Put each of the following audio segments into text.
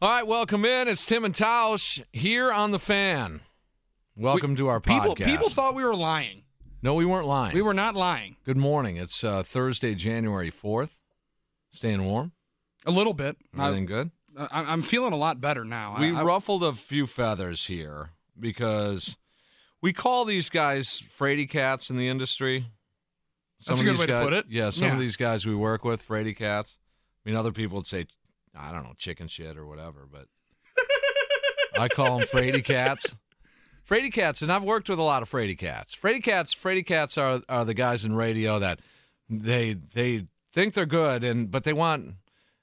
All right, welcome in. It's Tim and Tausch here on the fan. Welcome We- to our people, podcast. People thought we were lying. no, we weren't lying. We were not lying. Good morning. It's uh, Thursday, January fourth. Staying warm. A little bit. I, Everything good. I, am feeling a lot better now. We I, I- ruffled a few feathers here because we call these guys fraidy cats in the industry. That's a good these way to guys- put it. Yeah, some of Yeah. these guys we work with, fraidy cats. I mean, other people would say, I don't know, chicken shit or whatever, but I call them fraidy cats. Fraidy cats, and I've worked with a lot of fraidy cats. Fraidy cats, fraidy cats are are the guys in radio that they they think they're good, and but they want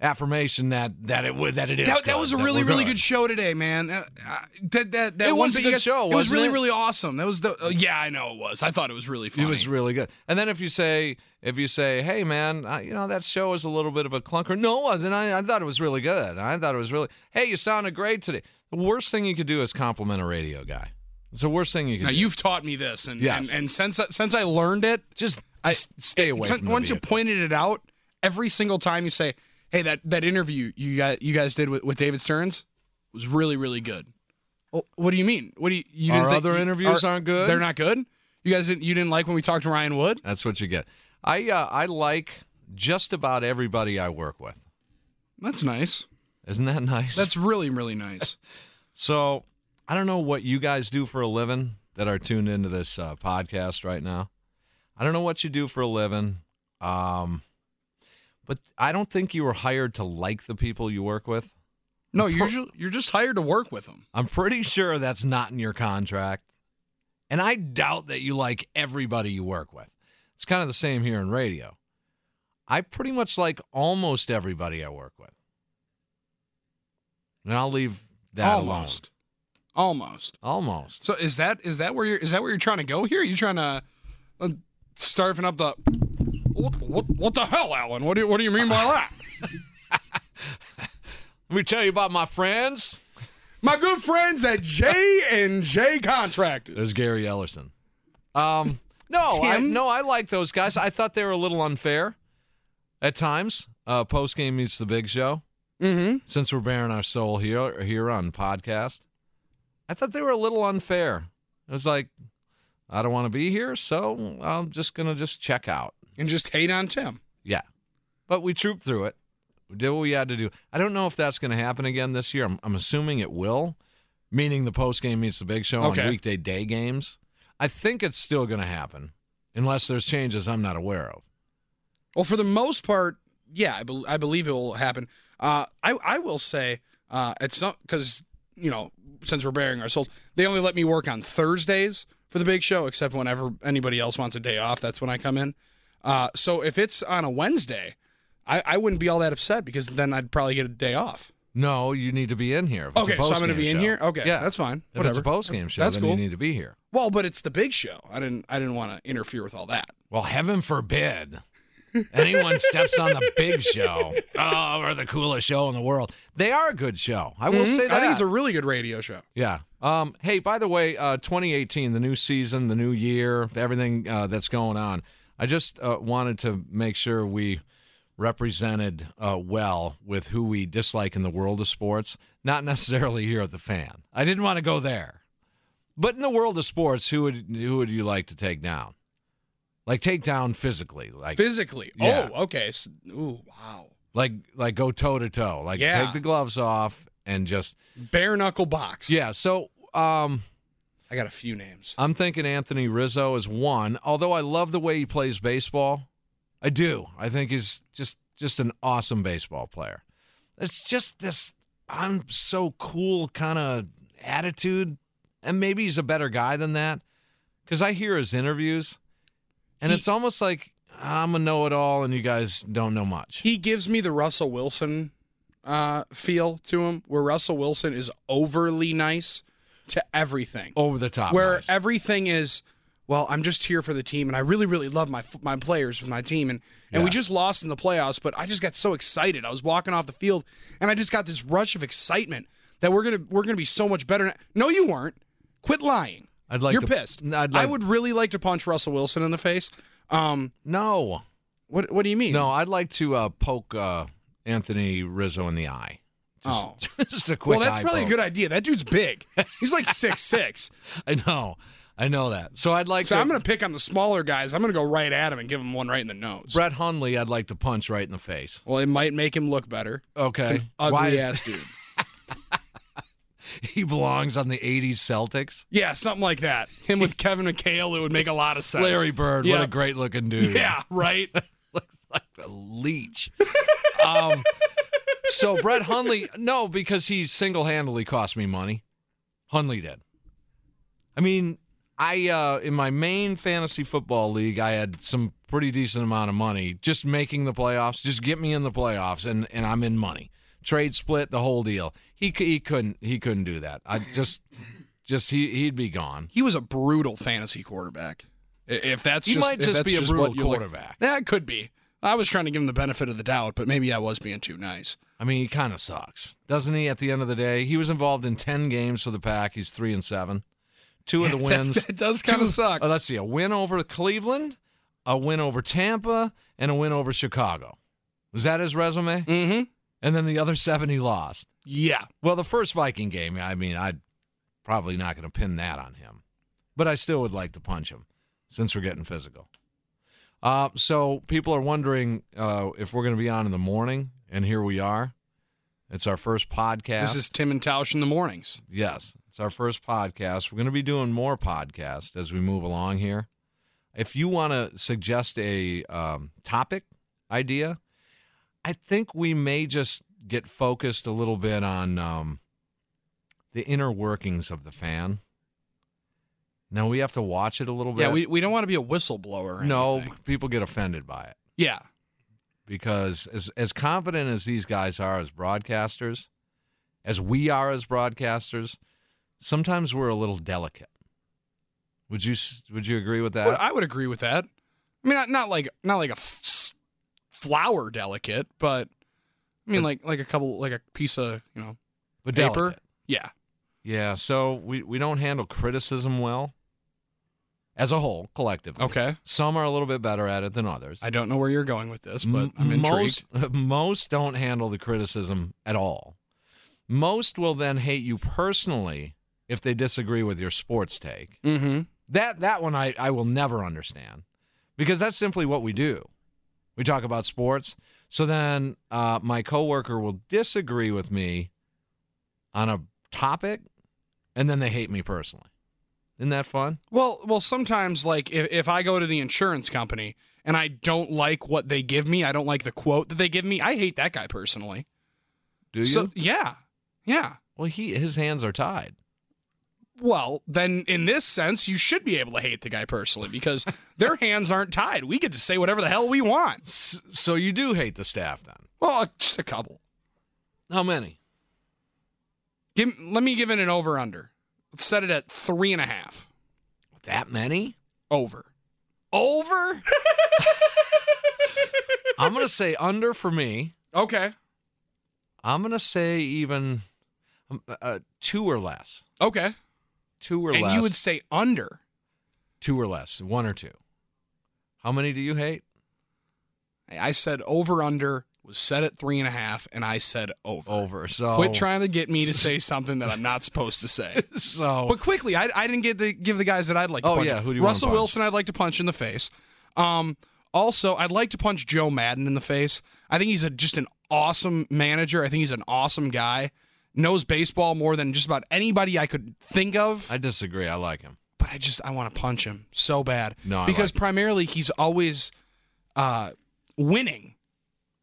affirmation that that it would that it is. that, that good, was a really, we're really good show today, man. Uh, I- that that, that It one was a bit you good guys- show, It was wasn't really, it? really awesome. That was the uh, yeah, I know it was. I thought it was really funny. It was really good. And then if you say, if you say, hey man, I, you know that show was a little bit of a clunker. No, it wasn't. I, I thought it was really good. I thought it was really. Hey, you sounded great today. The worst thing you could do is compliment a radio guy. It's the worst thing you can now do. you've taught me this, and Yes. and, and since since I learned it, just I- s- stay away since- from the once you vehicle. pointed it out, every single time you say, "Hey, that that interview you guys you guys did with, with David Stearns was really, really good." Well, what do you mean? What do you? you Our didn't think- other interviews aren't good? They're not good. You guys didn't. You didn't like when we talked to Ryan Wood. That's what you get. I uh, I like just about everybody I work with. That's nice. Isn't that nice? That's really, really nice. So I don't know what you guys do for a living that are tuned into this uh, podcast right now. I don't know what you do for a living, um, but I don't think you were hired to like the people you work with. No, you're ju- you're just hired to work with them. I'm pretty sure that's not in your contract. And I doubt that you like everybody you work with. It's kind of the same here in radio. I pretty much like almost everybody I work with. And I'll leave that alone. almost, almost. Almost. So is that is that where you're is that where you're trying to go here? Are you trying to uh, starving up the what, what what the hell, Alan? What do you, what do you mean by that? Let me tell you about my friends. My good friends at J and J Contractors. There's Gary Ellerson. Um, no, I, Tim? no, I like those guys. I thought they were a little unfair at times. Uh, Post game meets the big show. Mm-hmm. Since we're bearing our soul here here on podcast, I thought they were a little unfair. It was like I don't want to be here, so I'm just gonna just check out. And just hate on Tim. Yeah, but we trooped through it. We did what we had to do. I don't know if that's going to happen again this year. I'm, I'm assuming it will, meaning the post game meets the big show Okay. on weekday day games. I think it's still going to happen, unless there's changes I'm not aware of. Well, for the most part, yeah, I, bel I believe it will happen. Uh, I I will say uh, at some because you know since we're bearing our souls, they only let me work on Thursdays for the big show, except whenever anybody else wants a day off. That's when I come in. Uh, so if it's on a Wednesday, I, I wouldn't be all that upset because then I'd probably get a day off. No, you need to be in here. If it's a Okay, so I'm going to postgame be in show. here. Okay, yeah, that's fine. If Whatever. it's a post game show, That's then cool. you need to be here. Well, but it's the big show. I didn't I didn't want to interfere with all that. Well, heaven forbid anyone steps on the big show. Oh, we're the coolest show in the world. They are a good show. I will say that. Mm-hmm. I think it's a really good radio show. Yeah. Um, hey, by the way, uh, 2018, the new season, the new year, everything uh, that's going on. I just uh, wanted to make sure we represented uh, well with who we dislike in the world of sports, not necessarily here at the fan. I didn't want to go there, but in the world of sports, who would who would you like to take down? Like take down physically, like Physically. Yeah. Oh, okay. S- ooh, wow. like like go toe to toe, like Yeah. take the gloves off and just Bare knuckle box. yeah. So. Um, I got a few names. I'm thinking Anthony Rizzo is one. Although I love the way he plays baseball, I do. I think he's just just an awesome baseball player. It's just this I'm so cool kind of attitude, and maybe he's a better guy than that because I hear his interviews, and He- it's almost like I'm a know-it-all, and you guys don't know much. He gives me the Russell Wilson uh, feel to him, where Russell Wilson is overly nice to everything, Over the top. where nice. everything is. Well, I'm just here for the team, and I really, really love my f- my players with my team, and and we Yeah. just lost in the playoffs, but I just got so excited. I was walking off the field, and I just got this rush of excitement that we're gonna we're gonna be so much better. No, you weren't. Quit lying. I'd like You're to- pissed. I'd I like- would really like to punch Russell Wilson in the face. Um, no. what what do you mean? No, I'd like to uh, poke uh, Anthony Rizzo in the eye. Just, Oh. just a quick. Well, that's eye probably poke. a good idea. That dude's big. He's like six six. I know, I know that. So I'd like. So to, I'm gonna pick on the smaller guys. I'm gonna go right at him and give him one right in the nose. Brett Hundley. I'd like to punch right in the face. Well, it might make him look better. It's Okay, an ugly Why is- ass dude. he belongs on the '80s Celtics. Yeah, something like that. Him with Kevin McHale, it would make a lot of sense. Larry Bird, what Yeah. a great looking dude. Yeah, right. looks like a leech. um, so Brett Hundley, no, because he single handedly cost me money. Hundley did. I mean, I uh, in my main fantasy football league, I had some pretty decent amount of money just making the playoffs. Just get me in the playoffs, and and I'm in money. Trade split the whole deal. He c- he couldn't he couldn't do that. I just just he he'd be gone. He was a brutal fantasy quarterback. I- If that's He just, might if just that's be a what brutal you look- quarterback. Yeah, it could be. I was trying to give him the benefit of the doubt, but maybe I was being too nice. I mean, he kind of sucks, doesn't he? At the end of the day, he was involved in ten games for the pack. He's three and seven. Two of the wins. It does kind Two- of suck. Oh, let's see, a win over Cleveland, a win over Tampa, and a win over Chicago. Was that his resume? mm-hmm. And then the other seven he lost. Yeah. Well, the first Viking game, I mean, I'd probably not going to pin that on him, but I still would like to punch him since we're getting physical. Uh, so people are wondering uh, if we're going to be on in the morning, and here we are. It's our first podcast. This is Tim and Tausch in the mornings. Yes, it's our first podcast. We're going to be doing more podcasts as we move along here. If you want to suggest a um, topic idea, I think we may just get focused a little bit on um, the inner workings of the fan. Now we have to watch it a little bit. Yeah, we, we don't want to be a whistleblower. or no anything. people get offended by it Yeah. because as as confident as these guys are as broadcasters, as we are as broadcasters, sometimes we're a little delicate. Would you s- would you agree with that? Well, I would agree with that. I mean, not, not like not like a f- s- flower delicate, but I mean, like like a couple like a piece of you know but paper. delicate. Yeah. Yeah, so we we don't handle criticism well as a whole collectively. Okay. Some are a little bit better at it than others. I don't know where you're going with this, but M- I'm intrigued. Most, most don't handle the criticism at all. Most will then hate you personally if they disagree with your sports take. mm-hmm. That that one I, I will never understand because that's simply what we do. We talk about sports. So then uh, my coworker will disagree with me on a topic, and then they hate me personally. Isn't that fun? Well, well, sometimes like if, if I go to the insurance company and I don't like what they give me, I don't like the quote that they give me. I hate that guy personally. Do you? So yeah, yeah. well, he his hands are tied. Well, then in this sense, you should be able to hate the guy personally because their hands aren't tied. We get to say whatever the hell we want. S- So you do hate the staff then? Well, uh, just a couple. How many? Give, let me give it an over under. Let's set it at three and a half. That many? Over. Over? I'm gonna say under for me. Okay. I'm gonna say even um, uh, two or less. Okay. Two or and less. you would say under. two or less, one or two. How many do you hate? I said over under was set at three and a half, and I said over. Over. So Quit trying to get me to say something that I'm not supposed to say. So But quickly, I, I didn't get to give the guys that I'd like to Oh, punch. yeah, who do you wanna Russell punch? Wilson, I'd like to punch in the face. Um, also, I'd like to punch Joe Madden in the face. I think he's a, just an awesome manager. I think he's an awesome guy. Knows baseball more than just about anybody I could think of. I disagree. I like him. but I just I want to punch him so bad. No, I because like primarily he's always uh, winning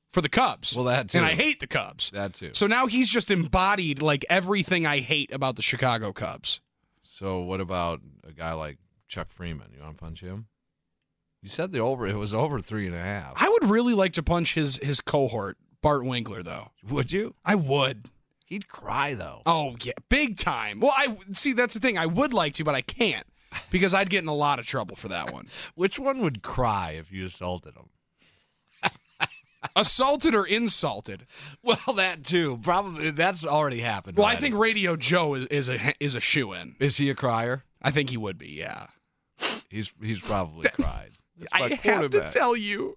for the Cubs. Well, that too. and I hate the Cubs. that too. So, So now he's just embodied like everything I hate about the Chicago Cubs. what about a guy like Chuck Freeman? You want to punch him? You said the over. It was over three and a half. I would really like to punch his his cohort Bart Winkler though. Would you? I would. He'd cry though. Oh yeah, big time. Well, I see that's the thing. I would like to, but I can't because I'd get in a lot of trouble for that one. Which one would cry if you assaulted him? Assaulted or insulted? Well, that too. Probably that's already happened. Well, I already. think Radio Joe is, is a is a shoe in. is he a crier? I think he would be. Yeah. He's he's probably cried. That's my I have to quarterback. tell you,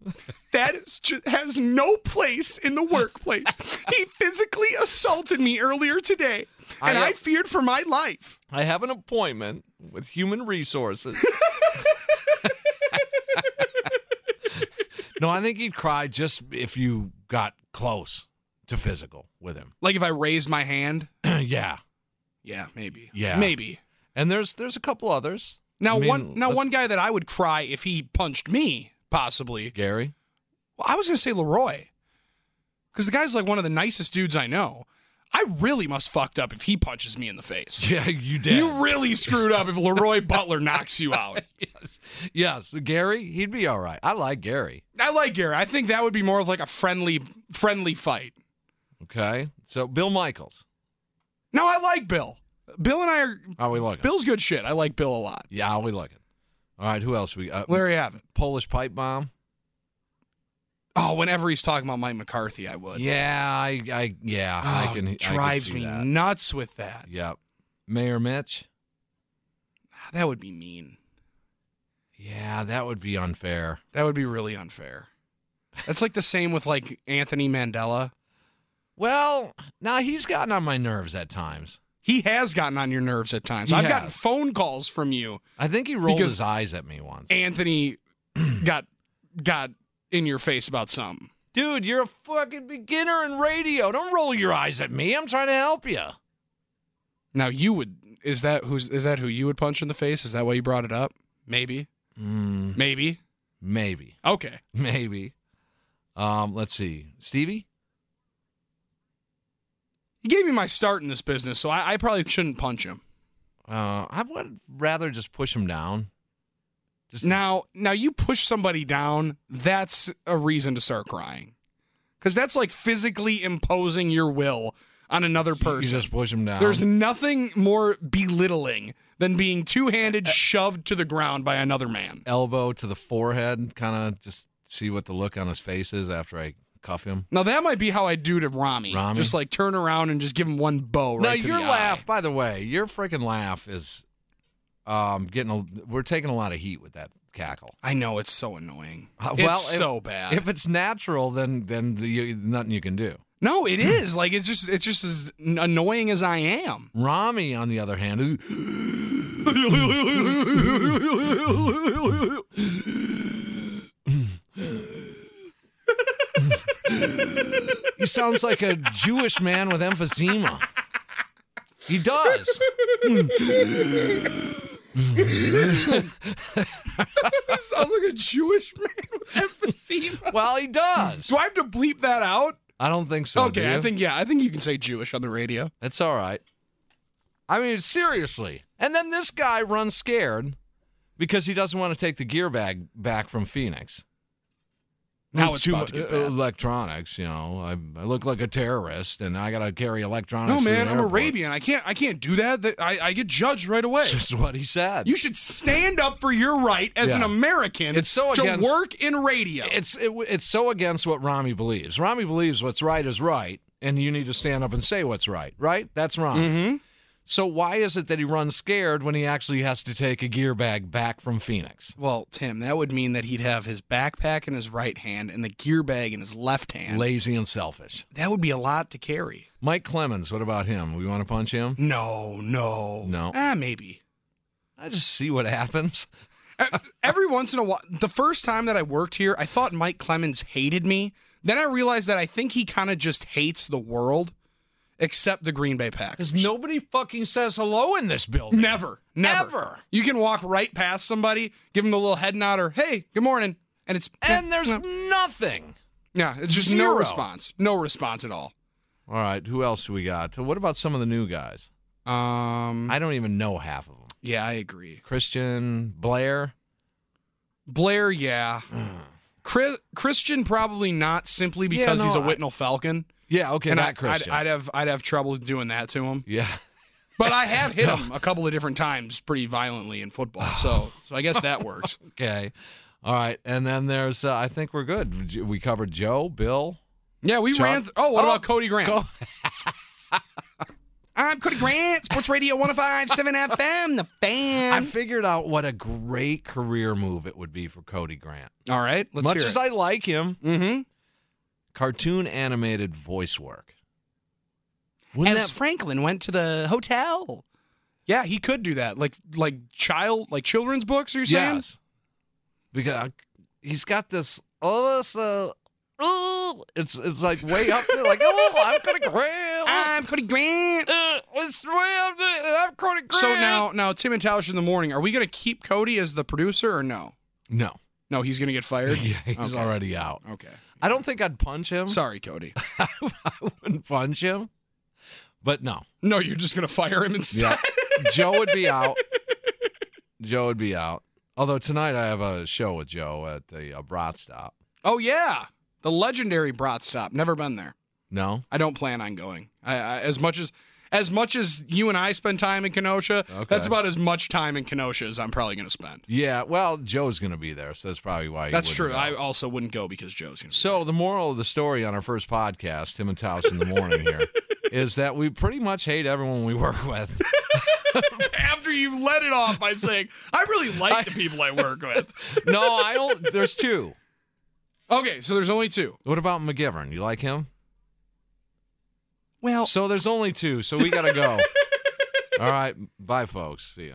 that is just, has no place in the workplace. he physically assaulted me earlier today, I and I, am- feared for my life. I have an appointment with human resources. no, I think he'd cry just if you got close to physical with him. Like if I raised my hand. yeah. Yeah, maybe. Yeah. maybe. And there's there's a couple others. Now I mean, one now let's- one guy that I would cry if he punched me possibly. Gary. Well, I was gonna say Leroy, because the guy's like one of the nicest dudes I know. I really must fucked up if he punches me in the face. Yeah, you did. You really screwed up if Leroy Butler knocks you out. yes, Gary. He'd be all right. I like Gary. I like Gary. I think that would be more of like a friendly friendly fight. Okay. So Bill Michaels. No, I like Bill. Bill and I are How we like it? Bill's good shit. I like Bill a lot. Yeah, how we like it? All right. Who else? We uh, Larry Abbott. Polish pipe bomb. Oh, whenever he's talking about Mike McCarthy, I would. Yeah, I, I yeah, Oh, I can. I can drives see me that. nuts with that. Yep. Mayor Mitch. That would be mean. Yeah, that would be unfair. That would be really unfair. That's like the same with like Anthony Mandela. Well, now he's gotten on my nerves at times. He has gotten on your nerves at times. He I've gotten has. phone calls from you. I think he rolled Because- his eyes at me once. Anthony got got in your face about something. Dude, you're a fucking beginner in radio. Don't roll your eyes at me. I'm trying to help you. Now you would is that who's is that who you would punch in the face? Is that why you brought it up? Maybe. Mm, Maybe. maybe, Okay. maybe. Um, let's see, Stevie. He gave me my start in this business, so I, I probably shouldn't punch him. Uh, I would rather just push him down. Just Now now you push somebody down, that's a reason to start crying. Cause that's like physically imposing your will on another You person. just push him down. There's nothing more belittling than being two Uh, handed shoved to the ground by another man. elbow to the forehead, kind of just see what the look on his face is after I cuff him. Now that might be how I do to Rami. Rami? Just like turn around and just give him one bow right now to your the laugh, eye. by the way, your freaking laugh is um getting. A, we're taking a lot of heat with that cackle. I know it's so annoying. Uh, it's well, if- so bad. If it's natural, then then the, you, nothing you can do. no, it is. Like it's just it's just as annoying as I am. Rami, on the other hand, he sounds like a Jewish man with emphysema. He does. Sounds like a Jewish man with emphysema. Well, he does. Do I have to bleep that out? I don't think so. Oh, do okay, I you? think yeah, I think you can say Jewish on the radio. That's all right. I mean, seriously. And then this guy runs scared because he doesn't want to take the gear bag back from Phoenix. Now it's Too about to mu- get uh, bad. electronics, you know. I, I look like a terrorist, and I gotta carry electronics. No, to man, the I'm airport. Arabian. I can't. I can't do that. That- I, I get judged right away. That's just what he said. You should stand up for your right as an Yeah. American. It's so to against- work in radio. it's it, it's so against what Rami believes. Rami believes what's right is right, and you need to stand up and say what's right. Right? That's Rami. mm-hmm. So why is it that he runs scared when he actually has to take a gear bag back from Phoenix? Well, Tim, that would mean that he'd have his backpack in his right hand and the gear bag in his left hand. Lazy and selfish. That would be a lot to carry. Mike Clemens, what about him? We want to punch him? No, no, No. Ah, maybe. I just see what happens. E- Every once in a while, the first time that I worked here, I thought Mike Clemens hated me. Then I realized that I think he kind of just hates the world, except the Green Bay Packers. Because nobody fucking says hello in this building. Never, never. Ever. You can walk right past somebody, give them the little head nod or "Hey, good morning," and it's And there's no, nothing. yeah, it's just no zero. response, no response at all. All right, who else do we got? What about some of the new guys? Um, I don't even know half of them. yeah, I agree. Christian Blair. Blair, yeah, Chris, Christian probably not simply Mm. Yeah, because no, he's a I- Whitnell Falcon. Yeah, okay, and not I, I'd, Christian. I'd have I'd have trouble doing that to him. yeah. But I have hit him a couple of different times pretty violently in football. So so I guess that works. Okay. All right. And then there's, uh, I think we're good. We covered Joe, Bill. Yeah, we Chuck? ran. Th- oh, what Oh, about Cody Grant? go- I'm Cody Grant, Sports Radio 105.7 FM, the I fan. figured out what a great career move it would be for Cody Grant. All right, let's Much hear as it. I like him, mm-hmm. cartoon animated voice work. Wouldn't as that- Franklin went to the hotel. Yeah, he could do that. Like like child like children's books. Are you saying? Yes. Because I- he's got this, oh, this, uh, oh, it's it's like way up there, like oh, I'm gonna grab, uh, I'm Cody Grant. it's way up there, I'm gonna grab. So now now Tim and Talish in the morning. Are we gonna keep Cody as the producer or no? no, No, he's gonna get fired. yeah, he's Okay. already out. Okay. I don't think I'd punch him. Sorry, Cody. I wouldn't punch him. But no. No, you're just gonna fire him instead. Yeah. Joe would be out. Joe would be out. Although tonight I have a show with Joe at the uh, Brat Stop. Oh yeah, the legendary Brat Stop. Never been there. No? I don't plan on going. I, I as much as as much as you and I spend time in Kenosha, Okay. that's about as much time in Kenosha as I'm probably gonna spend. Yeah, well, Joe's going to be there, so that's probably why. he That's wouldn't true. go. I also wouldn't go because Joe's gonna. So the moral of the story on our first podcast, Tim and Taos in the morning here, is that we pretty much hate everyone we work with. After you let it off by saying, "I really like the people I work with." No, I don't. There's two. Okay, so there's only two. What about McGivern? You like him? Well, So there's only two. So we got to go. All right. Bye, folks. See ya.